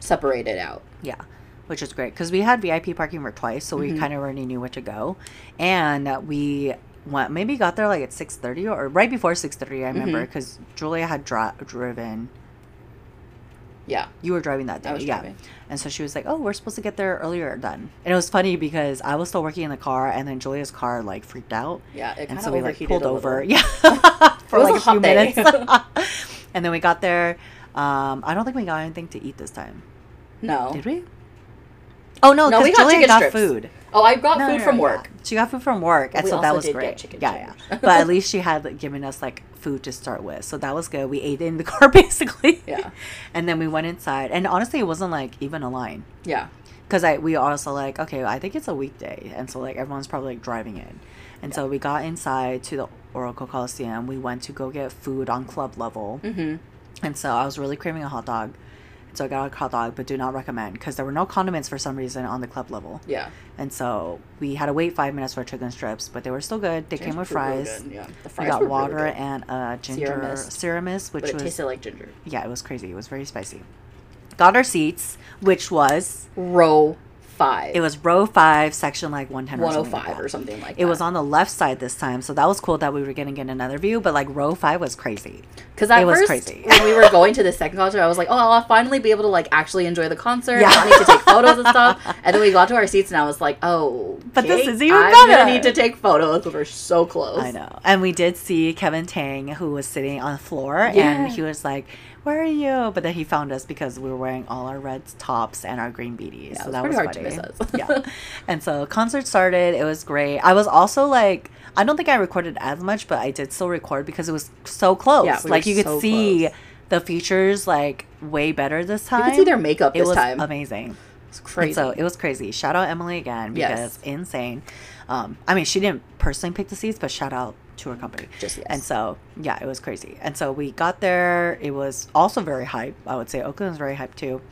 [SPEAKER 2] separated out.
[SPEAKER 3] yeah, which is great because we had VIP parking for twice, so
[SPEAKER 2] Mm-hmm.
[SPEAKER 3] we kind of already knew where to go, and we went maybe got there like at six thirty or right before six thirty. I remember
[SPEAKER 2] Mm-hmm.
[SPEAKER 3] because Julia had dri- driven.
[SPEAKER 2] Yeah.
[SPEAKER 3] You were driving that day,
[SPEAKER 2] was
[SPEAKER 3] yeah.
[SPEAKER 2] driving.
[SPEAKER 3] And so she was like, "Oh, we're supposed to get there earlier than." And it was funny because I was still working in the car, and then Julia's car like freaked out.
[SPEAKER 2] Yeah, it
[SPEAKER 3] and
[SPEAKER 2] kinda
[SPEAKER 3] so we like
[SPEAKER 2] overheated
[SPEAKER 3] pulled
[SPEAKER 2] a little.
[SPEAKER 3] over, yeah, for
[SPEAKER 2] It was
[SPEAKER 3] like
[SPEAKER 2] a
[SPEAKER 3] a few
[SPEAKER 2] hot day.
[SPEAKER 3] minutes. and then we got there. Um, I don't think we got anything to eat this time.
[SPEAKER 2] No.
[SPEAKER 3] Did we? Oh no,
[SPEAKER 2] No, we
[SPEAKER 3] 'cause
[SPEAKER 2] got
[SPEAKER 3] Julia
[SPEAKER 2] chicken
[SPEAKER 3] got
[SPEAKER 2] strips.
[SPEAKER 3] food.
[SPEAKER 2] Oh, I got
[SPEAKER 3] No,
[SPEAKER 2] food
[SPEAKER 3] no,
[SPEAKER 2] from
[SPEAKER 3] no,
[SPEAKER 2] work.
[SPEAKER 3] yeah. She got food from work, and
[SPEAKER 2] we
[SPEAKER 3] so that
[SPEAKER 2] also
[SPEAKER 3] was
[SPEAKER 2] did get
[SPEAKER 3] great.
[SPEAKER 2] chicken
[SPEAKER 3] yeah, yeah.
[SPEAKER 2] strips.
[SPEAKER 3] but at least she had like, given us like food to start with. So that was good. We ate in the car basically.
[SPEAKER 2] Yeah.
[SPEAKER 3] and then we went inside. And honestly, it wasn't like even a line.
[SPEAKER 2] Yeah.
[SPEAKER 3] Because I we also like, okay, I think it's a weekday. And so like everyone's probably like driving in. And so we got inside to the Oracle Coliseum. We went to go get food on club level.
[SPEAKER 2] Mm-hmm.
[SPEAKER 3] And so I was really craving a hot dog. So I got a hot dog, but do not recommend because there were no condiments for some reason on the club level.
[SPEAKER 2] Yeah.
[SPEAKER 3] And so we had to wait five minutes for our chicken strips, but they were still good. They came with
[SPEAKER 2] Chicken was really
[SPEAKER 3] fries.
[SPEAKER 2] good, yeah. The
[SPEAKER 3] We
[SPEAKER 2] fries
[SPEAKER 3] got
[SPEAKER 2] were
[SPEAKER 3] water
[SPEAKER 2] really good,
[SPEAKER 3] and uh, ginger
[SPEAKER 2] mist.
[SPEAKER 3] ceramis, which
[SPEAKER 2] but it
[SPEAKER 3] was
[SPEAKER 2] tasted like ginger.
[SPEAKER 3] yeah, it was crazy. It was very spicy. Got our seats, which was
[SPEAKER 2] Row five.
[SPEAKER 3] it was row five, section like one ten or
[SPEAKER 2] one oh
[SPEAKER 3] something. like
[SPEAKER 2] five
[SPEAKER 3] that.
[SPEAKER 2] or something like that.
[SPEAKER 3] It was on the left side this time, so that was cool that we were gonna get another view. But like row five was crazy.
[SPEAKER 2] Because at
[SPEAKER 3] It was
[SPEAKER 2] first,
[SPEAKER 3] crazy.
[SPEAKER 2] when we were going to the second concert, I was like, "Oh, I'll finally be able to like actually enjoy the concert.
[SPEAKER 3] Yeah.
[SPEAKER 2] I don't need to take photos and stuff." And then we got to our seats, and I was like, "Oh,
[SPEAKER 3] But this
[SPEAKER 2] okay,
[SPEAKER 3] is even
[SPEAKER 2] I'm gonna
[SPEAKER 3] better.
[SPEAKER 2] need to take photos because we're so close."
[SPEAKER 3] I know. And we did see Kevin Tang, who was sitting on the floor,
[SPEAKER 2] Yeah.
[SPEAKER 3] and he was like, "Where are you?" But then he found us because we were wearing all our red tops and our green beaties.
[SPEAKER 2] Yeah,
[SPEAKER 3] so
[SPEAKER 2] it was
[SPEAKER 3] that
[SPEAKER 2] pretty
[SPEAKER 3] was
[SPEAKER 2] hard to
[SPEAKER 3] funny.
[SPEAKER 2] miss us.
[SPEAKER 3] yeah. And so concert started. It was great. I was also like, I don't think I recorded as much, but I did still record because it was so close.
[SPEAKER 2] Yeah, we
[SPEAKER 3] like
[SPEAKER 2] were
[SPEAKER 3] you could
[SPEAKER 2] so
[SPEAKER 3] see
[SPEAKER 2] close.
[SPEAKER 3] the features like way better this
[SPEAKER 2] You
[SPEAKER 3] time.
[SPEAKER 2] could see their makeup
[SPEAKER 3] it
[SPEAKER 2] this
[SPEAKER 3] was
[SPEAKER 2] time.
[SPEAKER 3] amazing.
[SPEAKER 2] It's
[SPEAKER 3] And
[SPEAKER 2] crazy.
[SPEAKER 3] so it was crazy. Shout out Emily again
[SPEAKER 2] Yes.
[SPEAKER 3] because insane. Um, I mean, she didn't personally pick the seats, but shout out to her company.
[SPEAKER 2] Just yes.
[SPEAKER 3] And so yeah, it was crazy. And so we got there. It was also very hype. I would say Oakland was very hype too.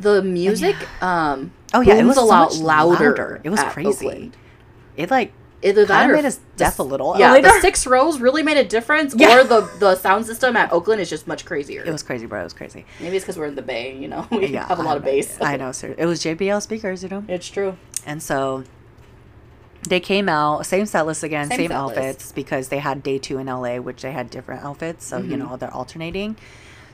[SPEAKER 2] the music, um,
[SPEAKER 3] Oh yeah, it
[SPEAKER 2] booms
[SPEAKER 3] was
[SPEAKER 2] a
[SPEAKER 3] so
[SPEAKER 2] lot
[SPEAKER 3] much
[SPEAKER 2] louder.
[SPEAKER 3] It was
[SPEAKER 2] at
[SPEAKER 3] crazy.
[SPEAKER 2] Oakland.
[SPEAKER 3] It like
[SPEAKER 2] Either that
[SPEAKER 3] Kinda
[SPEAKER 2] or
[SPEAKER 3] made us
[SPEAKER 2] the
[SPEAKER 3] deaf
[SPEAKER 2] s-
[SPEAKER 3] a little.
[SPEAKER 2] Yeah,
[SPEAKER 3] Later.
[SPEAKER 2] the six rows really made a difference,
[SPEAKER 3] Yeah.
[SPEAKER 2] or the the sound system at Oakland is just much crazier.
[SPEAKER 3] it was crazy, bro. It was crazy.
[SPEAKER 2] Maybe it's because we're in the Bay, you know, we
[SPEAKER 3] Yeah,
[SPEAKER 2] have a
[SPEAKER 3] I
[SPEAKER 2] lot of
[SPEAKER 3] know.
[SPEAKER 2] bass.
[SPEAKER 3] I know, sir. It was JBL speakers, you know.
[SPEAKER 2] It's true.
[SPEAKER 3] And so they came out, same set list again,
[SPEAKER 2] Same
[SPEAKER 3] same,
[SPEAKER 2] set list.
[SPEAKER 3] outfits because they had day two in LA, which they had different outfits. So,
[SPEAKER 2] Mm-hmm.
[SPEAKER 3] you know, they're alternating.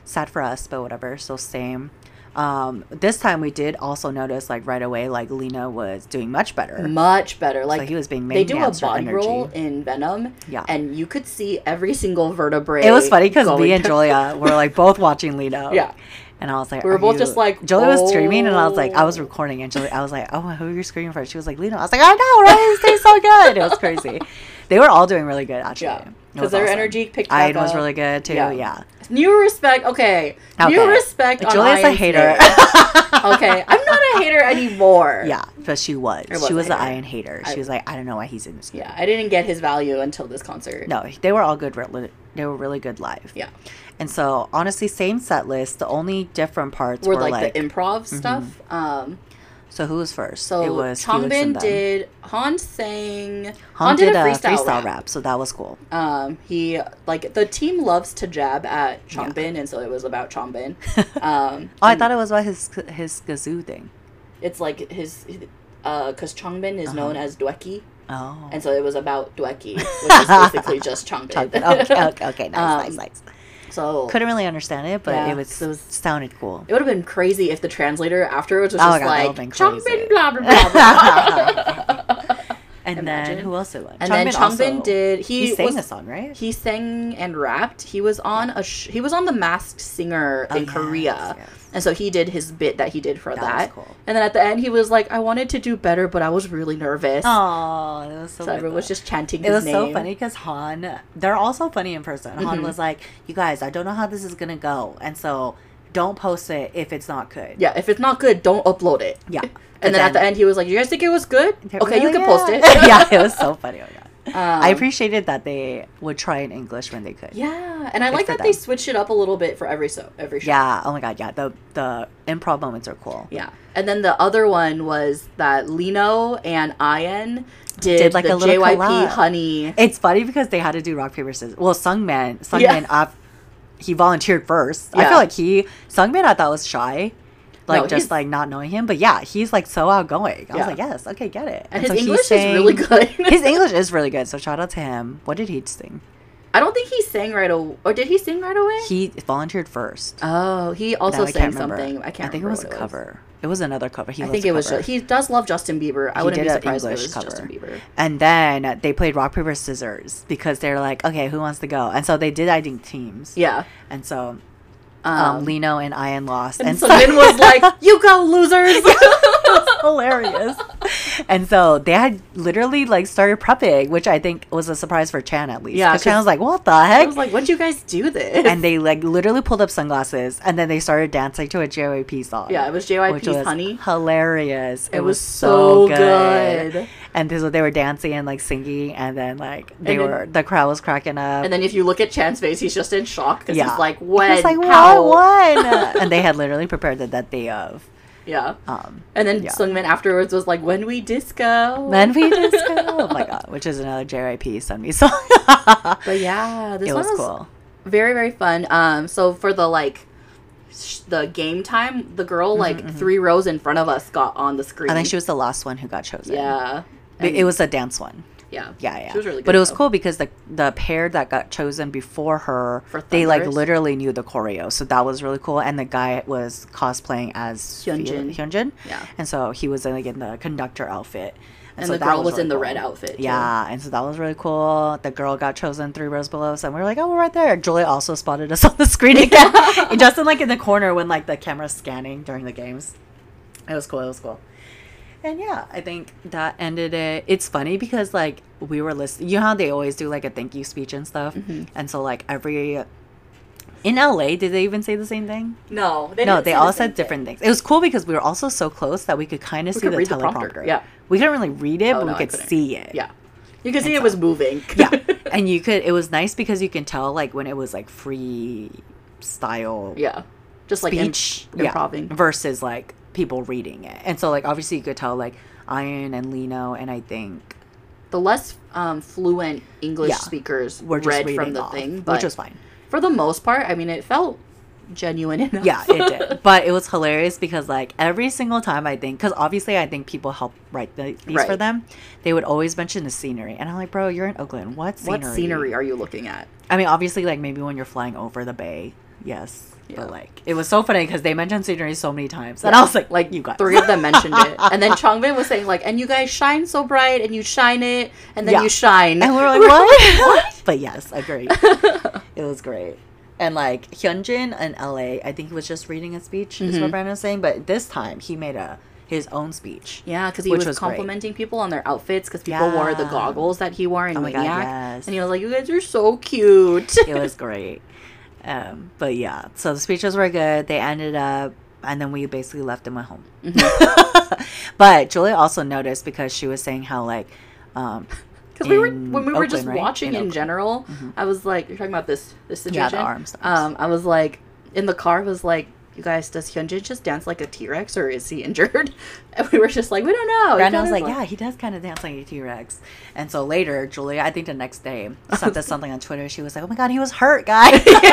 [SPEAKER 3] Sad for us, but whatever. So, same. Um, this time we did also notice, like, right away, like, Lena was doing much better.
[SPEAKER 2] Much better. Like
[SPEAKER 3] so, he was being
[SPEAKER 2] they
[SPEAKER 3] main
[SPEAKER 2] do a
[SPEAKER 3] dancer
[SPEAKER 2] body
[SPEAKER 3] energy.
[SPEAKER 2] roll in Venom,
[SPEAKER 3] Yeah.
[SPEAKER 2] and you could see every single vertebrae.
[SPEAKER 3] It was funny because
[SPEAKER 2] going
[SPEAKER 3] me and
[SPEAKER 2] to-
[SPEAKER 3] Julia were like both watching Lena.
[SPEAKER 2] Yeah.
[SPEAKER 3] And I was like,
[SPEAKER 2] We were
[SPEAKER 3] "Are
[SPEAKER 2] both
[SPEAKER 3] you-"
[SPEAKER 2] just like,
[SPEAKER 3] Julia was screaming, and I was like, I was
[SPEAKER 2] "Oh."
[SPEAKER 3] recording, and Julia, I was like, oh, who are you screaming for? She was like, Lena. I was like, I know, right? It tastes so good. It was crazy. they were all doing really good, actually.
[SPEAKER 2] yeah,
[SPEAKER 3] It
[SPEAKER 2] because
[SPEAKER 3] was
[SPEAKER 2] their
[SPEAKER 3] awesome.
[SPEAKER 2] energy picked. back
[SPEAKER 3] Aiden was
[SPEAKER 2] up.
[SPEAKER 3] really good too.
[SPEAKER 2] Yeah.
[SPEAKER 3] Yeah.
[SPEAKER 2] New respect. Okay,
[SPEAKER 3] Okay.
[SPEAKER 2] new respect.
[SPEAKER 3] But
[SPEAKER 2] on
[SPEAKER 3] Julia's a
[SPEAKER 2] Ian's
[SPEAKER 3] hater.
[SPEAKER 2] name. okay, I'm not a hater anymore.
[SPEAKER 3] yeah, but she was.
[SPEAKER 2] Or was
[SPEAKER 3] She was
[SPEAKER 2] a
[SPEAKER 3] an
[SPEAKER 2] hater.
[SPEAKER 3] iron hater.
[SPEAKER 2] I-
[SPEAKER 3] She was like, I don't know why he's in this.
[SPEAKER 2] yeah. I didn't get his value until this concert.
[SPEAKER 3] No, they were all good. re- They were really good live.
[SPEAKER 2] Yeah,
[SPEAKER 3] And so, honestly, same set list. The only different parts
[SPEAKER 2] were
[SPEAKER 3] were,
[SPEAKER 2] like,
[SPEAKER 3] like,
[SPEAKER 2] the improv stuff. Um,
[SPEAKER 3] so who was first?
[SPEAKER 2] so
[SPEAKER 3] it was Felix and
[SPEAKER 2] Changbin
[SPEAKER 3] them.
[SPEAKER 2] did. Han sang. Han,
[SPEAKER 3] Han did,
[SPEAKER 2] a freestyle,
[SPEAKER 3] rap.
[SPEAKER 2] rap.
[SPEAKER 3] so that was cool.
[SPEAKER 2] Um, he like the team loves to jab at Chompin, and so it was about Chompin. Um,
[SPEAKER 3] Oh, I thought it was about his his kazoo thing.
[SPEAKER 2] it's like his, uh, because Changbin is known
[SPEAKER 3] Uh-huh.
[SPEAKER 2] as Dweki,
[SPEAKER 3] Oh,
[SPEAKER 2] and so it was about Dweki, which is basically just Changbin.
[SPEAKER 3] Changbin. Okay, okay, okay, nice,
[SPEAKER 2] Um,
[SPEAKER 3] nice, nice.
[SPEAKER 2] so
[SPEAKER 3] Couldn't really understand it, but
[SPEAKER 2] Yeah,
[SPEAKER 3] it was
[SPEAKER 2] so it was-
[SPEAKER 3] sounded cool.
[SPEAKER 2] it would have been crazy if the translator afterwards was
[SPEAKER 3] Oh my
[SPEAKER 2] just
[SPEAKER 3] God, that
[SPEAKER 2] like
[SPEAKER 3] would've been crazy.
[SPEAKER 2] Changbin, blah blah blah. blah.
[SPEAKER 3] And
[SPEAKER 2] Imagine.
[SPEAKER 3] then who else did one?
[SPEAKER 2] and then Changbin
[SPEAKER 3] also-
[SPEAKER 2] did
[SPEAKER 3] He,
[SPEAKER 2] he,
[SPEAKER 3] sang
[SPEAKER 2] was,
[SPEAKER 3] a song, right?
[SPEAKER 2] He sang and rapped. He was on a sh- he was on The Masked Singer
[SPEAKER 3] Oh,
[SPEAKER 2] in
[SPEAKER 3] yes,
[SPEAKER 2] Korea.
[SPEAKER 3] yes.
[SPEAKER 2] And so he did his bit that he did for that.
[SPEAKER 3] That was cool.
[SPEAKER 2] And then at the end he was like I wanted to do better but I was really nervous.
[SPEAKER 3] Oh, it was
[SPEAKER 2] so
[SPEAKER 3] so. good,
[SPEAKER 2] everyone was
[SPEAKER 3] though.
[SPEAKER 2] just chanting
[SPEAKER 3] It
[SPEAKER 2] his
[SPEAKER 3] was
[SPEAKER 2] name. Mm-hmm.
[SPEAKER 3] so funny because Han, they're also funny in person. Han was like, "You guys, I don't know how this is gonna go, and so don't post it if it's not good."
[SPEAKER 2] Yeah, if it's not good, don't upload it.
[SPEAKER 3] Yeah.
[SPEAKER 2] And then, at the end he was like, "You guys think it was good?
[SPEAKER 3] They're
[SPEAKER 2] Okay, you
[SPEAKER 3] really
[SPEAKER 2] can post
[SPEAKER 3] good."
[SPEAKER 2] it."
[SPEAKER 3] yeah, it was so funny. Oh my god.
[SPEAKER 2] Um,
[SPEAKER 3] I appreciated that they would try in English when they could. Yeah.
[SPEAKER 2] Yeah, and I
[SPEAKER 3] Good
[SPEAKER 2] like
[SPEAKER 3] for
[SPEAKER 2] that they
[SPEAKER 3] them.
[SPEAKER 2] switched it up a little bit for every so every show.
[SPEAKER 3] Oh my god. Yeah. The the improv moments are cool.
[SPEAKER 2] Yeah. And then the other one was that Lino and Ian did,
[SPEAKER 3] Did, like,
[SPEAKER 2] the
[SPEAKER 3] a little
[SPEAKER 2] JYP
[SPEAKER 3] collab.
[SPEAKER 2] Honey.
[SPEAKER 3] It's funny because they had to do rock paper scissors. Well, Sungman, Sungman,
[SPEAKER 2] Yeah.
[SPEAKER 3] uh, he volunteered first. I
[SPEAKER 2] Yeah.
[SPEAKER 3] feel like he Sungman, I thought was shy, like
[SPEAKER 2] No,
[SPEAKER 3] just
[SPEAKER 2] he's-
[SPEAKER 3] like not knowing him. But yeah, he's like so outgoing. I
[SPEAKER 2] Yeah.
[SPEAKER 3] was like, yes, okay, get it.
[SPEAKER 2] And,
[SPEAKER 3] so
[SPEAKER 2] his
[SPEAKER 3] he
[SPEAKER 2] English
[SPEAKER 3] sang-
[SPEAKER 2] is really good.
[SPEAKER 3] his English is really good. So shout out to him. What did he sing?
[SPEAKER 2] I don't think he sang right away. Or did he sing right away?
[SPEAKER 3] He volunteered first.
[SPEAKER 2] oh, he
[SPEAKER 3] Now
[SPEAKER 2] also
[SPEAKER 3] I
[SPEAKER 2] sang
[SPEAKER 3] can't remember.
[SPEAKER 2] something. I can't.
[SPEAKER 3] I think
[SPEAKER 2] remember
[SPEAKER 3] it was
[SPEAKER 2] what
[SPEAKER 3] a cover. It was another cover. He
[SPEAKER 2] I
[SPEAKER 3] loves
[SPEAKER 2] think
[SPEAKER 3] a
[SPEAKER 2] it was.
[SPEAKER 3] cover.
[SPEAKER 2] Ju- he does love Justin Bieber. I
[SPEAKER 3] He
[SPEAKER 2] wouldn't be
[SPEAKER 3] did an
[SPEAKER 2] surprised if it
[SPEAKER 3] English
[SPEAKER 2] was Justin Bieber.
[SPEAKER 3] And then uh, they played rock paper scissors because they're like, okay, who wants to go? And so they did. I think teams.
[SPEAKER 2] Yeah.
[SPEAKER 3] And so
[SPEAKER 2] Um,
[SPEAKER 3] um, Lino and Ian lost,
[SPEAKER 2] and
[SPEAKER 3] and
[SPEAKER 2] so Min was like, "You go, losers."
[SPEAKER 3] hilarious. and so they had literally like started prepping, which I think was a surprise for Chan at least.
[SPEAKER 2] Yeah,
[SPEAKER 3] 'Cause
[SPEAKER 2] 'cause-
[SPEAKER 3] Chan was like, "What the
[SPEAKER 2] I
[SPEAKER 3] heck?"
[SPEAKER 2] was like, "What'd you guys do this?"
[SPEAKER 3] and they like literally pulled up sunglasses and then they started dancing to a JYP song.
[SPEAKER 2] Yeah, it was
[SPEAKER 3] which
[SPEAKER 2] JYP's
[SPEAKER 3] was
[SPEAKER 2] Honey.
[SPEAKER 3] Hilarious. It,
[SPEAKER 2] It
[SPEAKER 3] was,
[SPEAKER 2] was
[SPEAKER 3] so
[SPEAKER 2] so
[SPEAKER 3] good.
[SPEAKER 2] good.
[SPEAKER 3] And this, they were dancing and like singing, and then like they
[SPEAKER 2] And then-
[SPEAKER 3] were the crowd was cracking up.
[SPEAKER 2] And then if you look at Chan's face, he's just in shock because
[SPEAKER 3] Yeah.
[SPEAKER 2] he's like,
[SPEAKER 3] I
[SPEAKER 2] "When?
[SPEAKER 3] was like,
[SPEAKER 2] How?
[SPEAKER 3] what? What? and they had literally prepared it that day of.
[SPEAKER 2] Yeah.
[SPEAKER 3] Um,
[SPEAKER 2] And then
[SPEAKER 3] Yeah.
[SPEAKER 2] Sungmin afterwards was like, "When we disco."
[SPEAKER 3] then we just go, oh my god, which is another JYP Sunmi song.
[SPEAKER 2] But yeah, this
[SPEAKER 3] it
[SPEAKER 2] one
[SPEAKER 3] was
[SPEAKER 2] was
[SPEAKER 3] cool.
[SPEAKER 2] very very fun. Um, so for the like sh- the game time, the girl like three rows in front of us got on the screen.
[SPEAKER 3] Mm-hmm, I think she was the last one who got chosen.
[SPEAKER 2] yeah.
[SPEAKER 3] But
[SPEAKER 2] And-
[SPEAKER 3] it was a dance one.
[SPEAKER 2] yeah
[SPEAKER 3] Yeah, yeah.
[SPEAKER 2] She was really good.
[SPEAKER 3] but it was
[SPEAKER 2] though.
[SPEAKER 3] cool because the the pair that got chosen before her,
[SPEAKER 2] For
[SPEAKER 3] they like
[SPEAKER 2] Thunders?
[SPEAKER 3] literally knew the choreo, so that was really cool. And the guy was cosplaying as Fi-
[SPEAKER 2] Hyunjin.
[SPEAKER 3] Hyunjin.
[SPEAKER 2] Yeah.
[SPEAKER 3] and so he was like in the conductor outfit,
[SPEAKER 2] And
[SPEAKER 3] so
[SPEAKER 2] the
[SPEAKER 3] that
[SPEAKER 2] girl was, in
[SPEAKER 3] really
[SPEAKER 2] the
[SPEAKER 3] cool.
[SPEAKER 2] red outfit. too.
[SPEAKER 3] Yeah, and so that was really cool. The girl got chosen three rows below us, and we were like, "Oh, we're right there." Julie also spotted us on the screen again, and Justin like in the corner when like the camera's scanning during the games. It was cool. It was cool. And yeah, I think that ended it. It's funny because like we were listening. You know how they always do like a thank you speech and stuff,
[SPEAKER 2] Mm-hmm.
[SPEAKER 3] and so like every in LA, did they even say the same thing?
[SPEAKER 2] No, they
[SPEAKER 3] no,
[SPEAKER 2] didn't
[SPEAKER 3] they
[SPEAKER 2] say
[SPEAKER 3] all
[SPEAKER 2] the same
[SPEAKER 3] said
[SPEAKER 2] thing.
[SPEAKER 3] different things. It was cool because we were also so close that we could kind of see
[SPEAKER 2] could
[SPEAKER 3] the
[SPEAKER 2] read the
[SPEAKER 3] teleprompter.
[SPEAKER 2] prompter, yeah.
[SPEAKER 3] we couldn't really read it,
[SPEAKER 2] Oh, no,
[SPEAKER 3] but we
[SPEAKER 2] I
[SPEAKER 3] could
[SPEAKER 2] couldn't.
[SPEAKER 3] see it.
[SPEAKER 2] Yeah, you can see
[SPEAKER 3] And
[SPEAKER 2] it was moving.
[SPEAKER 3] yeah. And you could. It was nice because you can tell like when it was like free style
[SPEAKER 2] yeah, just like im-
[SPEAKER 3] speech yeah,
[SPEAKER 2] improving.
[SPEAKER 3] versus like people reading it. And so like obviously you could tell like Iron and Lino and I think
[SPEAKER 2] The less um, fluent English
[SPEAKER 3] Yeah.
[SPEAKER 2] speakers
[SPEAKER 3] were just
[SPEAKER 2] read
[SPEAKER 3] reading
[SPEAKER 2] from the
[SPEAKER 3] off,
[SPEAKER 2] thing, but
[SPEAKER 3] which was fine.
[SPEAKER 2] for the most part, I mean, it felt genuine enough.
[SPEAKER 3] Yeah, it did. But it was hilarious because like every single time I think, because obviously I think people help write the, these for
[SPEAKER 2] Right.
[SPEAKER 3] them, they would always mention the scenery, and I'm like, bro, you're in Oakland. What scenery?
[SPEAKER 2] what scenery are you looking at?
[SPEAKER 3] I mean, obviously, like maybe when you're flying over the bay, yes.
[SPEAKER 2] Yeah.
[SPEAKER 3] But like, it was so funny because they mentioned scenery so many times, and I was like, like you got
[SPEAKER 2] Three of them mentioned it, and then Changbin was saying like, "And you guys shine so bright, and you shine it, and then
[SPEAKER 3] Yeah.
[SPEAKER 2] you shine."
[SPEAKER 3] And we were like, what? what? But yes, agreed. it was great. And like Hyunjin in LA, I think he was just reading a speech, is
[SPEAKER 2] Mm-hmm.
[SPEAKER 3] what Brandon was saying. But this time he made a his own speech.
[SPEAKER 2] Yeah, because he
[SPEAKER 3] Which
[SPEAKER 2] was,
[SPEAKER 3] was great.
[SPEAKER 2] complimenting people on their outfits because people wore the
[SPEAKER 3] Yeah.
[SPEAKER 2] goggles that he wore in
[SPEAKER 3] Oh my
[SPEAKER 2] Maniac,
[SPEAKER 3] God, yes.
[SPEAKER 2] and he was like, "You guys are so cute."
[SPEAKER 3] It was great. Um, but yeah, so the speeches were good. They ended up, and then we basically left and went home.
[SPEAKER 2] Mm-hmm.
[SPEAKER 3] but Julia also noticed because she was saying how like. Um,
[SPEAKER 2] Because we were
[SPEAKER 3] in
[SPEAKER 2] when we were just
[SPEAKER 3] Oakland, right?
[SPEAKER 2] watching in, Mm-hmm.
[SPEAKER 3] Oakland.
[SPEAKER 2] general, I was like, "You're talking about this this
[SPEAKER 3] Yeah, the
[SPEAKER 2] situation."
[SPEAKER 3] arm stuff.
[SPEAKER 2] Um, I was like, in the car, was like, "You guys, does Hyunjin just dance like a T Rex, or is he injured?" And we were just like, "We don't know."
[SPEAKER 3] Brandon was
[SPEAKER 2] He
[SPEAKER 3] like,
[SPEAKER 2] kinda
[SPEAKER 3] yeah, he does kind of dance like a T Rex. And so later, Julia, I think the next day, sent us something on Twitter. She was like, oh my God, he was hurt, guys.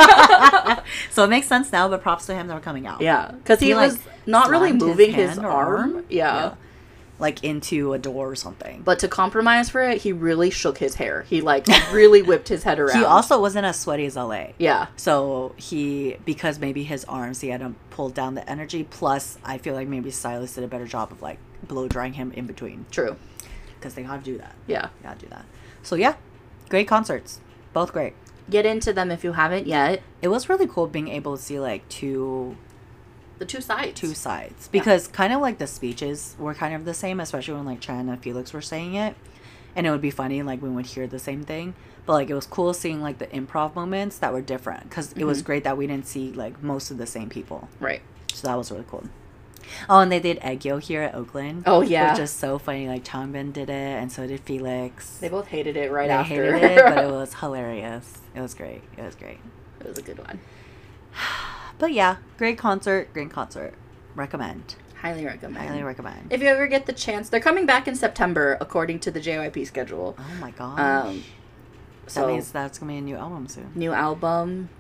[SPEAKER 3] so it makes sense now, but props to him that we're coming out.
[SPEAKER 2] yeah, because he,
[SPEAKER 3] He, like,
[SPEAKER 2] was not really
[SPEAKER 3] slammed his
[SPEAKER 2] moving his,
[SPEAKER 3] hand or
[SPEAKER 2] arm.
[SPEAKER 3] arm?
[SPEAKER 2] Yeah.
[SPEAKER 3] Yeah. Like into a door or something.
[SPEAKER 2] but to compromise for it, he really shook his hair. He like really whipped his head around.
[SPEAKER 3] he also wasn't as sweaty as LA.
[SPEAKER 2] yeah.
[SPEAKER 3] So he, because maybe his arms, he had to pull down the energy. Plus, I feel like maybe Silas did a better job of like blow drying him in between
[SPEAKER 2] True.
[SPEAKER 3] because they gotta do that.
[SPEAKER 2] Yeah.
[SPEAKER 3] Gotta do that. So yeah, great concerts, both great.
[SPEAKER 2] Get into them if you haven't yet.
[SPEAKER 3] It was really cool being able to see like two
[SPEAKER 2] The two sides.
[SPEAKER 3] two sides because kind of like the speeches were kind of the same, especially when like Chan and Felix were saying it, and it would be funny like we would hear the same thing. But like it was cool seeing like the improv moments that were different because it
[SPEAKER 2] Mm-hmm.
[SPEAKER 3] was great that we didn't see like most of the same people.
[SPEAKER 2] Right.
[SPEAKER 3] So that was really cool. Oh, and they did egg yo here at Oakland.
[SPEAKER 2] Oh, yeah.
[SPEAKER 3] which is so funny. Like Changbin did it, and so did Felix.
[SPEAKER 2] They both hated it right
[SPEAKER 3] They
[SPEAKER 2] after.
[SPEAKER 3] hated it, but it was hilarious. It was great. It was great.
[SPEAKER 2] it was a good one.
[SPEAKER 3] But yeah, great concert. Great concert. Recommend.
[SPEAKER 2] Highly recommend.
[SPEAKER 3] Highly recommend.
[SPEAKER 2] If you ever get the chance, they're coming back in September according to the JYP schedule.
[SPEAKER 3] oh my gosh.
[SPEAKER 2] Um,
[SPEAKER 3] that
[SPEAKER 2] so
[SPEAKER 3] means that's gonna be a new album soon.
[SPEAKER 2] new album,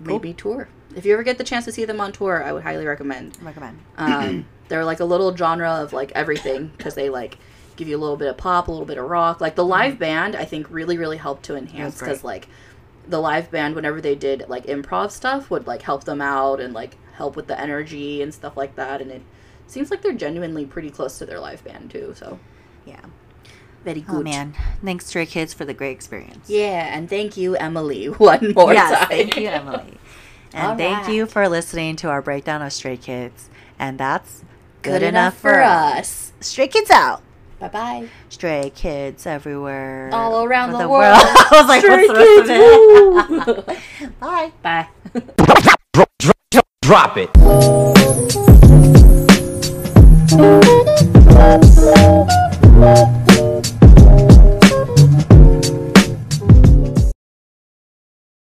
[SPEAKER 2] maybe tour. If you ever get the chance to see them on tour, I would highly recommend.
[SPEAKER 3] Recommend.
[SPEAKER 2] Um, they're like a little genre of like everything because they like give you a little bit of pop, a little bit of rock. Like the live band, I think really really helped to enhance
[SPEAKER 3] Mm-hmm. great.
[SPEAKER 2] because like the live band, whenever they did like improv stuff, would like help them out and like help with the energy and stuff like that. And it seems like they're genuinely pretty close to their live band too. So
[SPEAKER 3] Yeah.
[SPEAKER 2] very good.
[SPEAKER 3] Oh man. Thanks to your kids for the great experience.
[SPEAKER 2] Yeah, and thank you, Emily, one more
[SPEAKER 3] yes,
[SPEAKER 2] time.
[SPEAKER 3] thank you, Emily. And
[SPEAKER 2] All
[SPEAKER 3] thank
[SPEAKER 2] right.
[SPEAKER 3] you for listening to our breakdown of Stray Kids. And that's
[SPEAKER 2] good enough for us.
[SPEAKER 3] Stray kids out.
[SPEAKER 2] Bye bye.
[SPEAKER 3] Stray kids everywhere.
[SPEAKER 2] All around
[SPEAKER 3] For
[SPEAKER 2] the world.
[SPEAKER 3] I was like,
[SPEAKER 2] Stray
[SPEAKER 3] what's the rest of
[SPEAKER 2] kids,
[SPEAKER 3] it? Bye.
[SPEAKER 2] Bye.
[SPEAKER 1] Drop, drop, drop, drop it.
[SPEAKER 2] Clubs.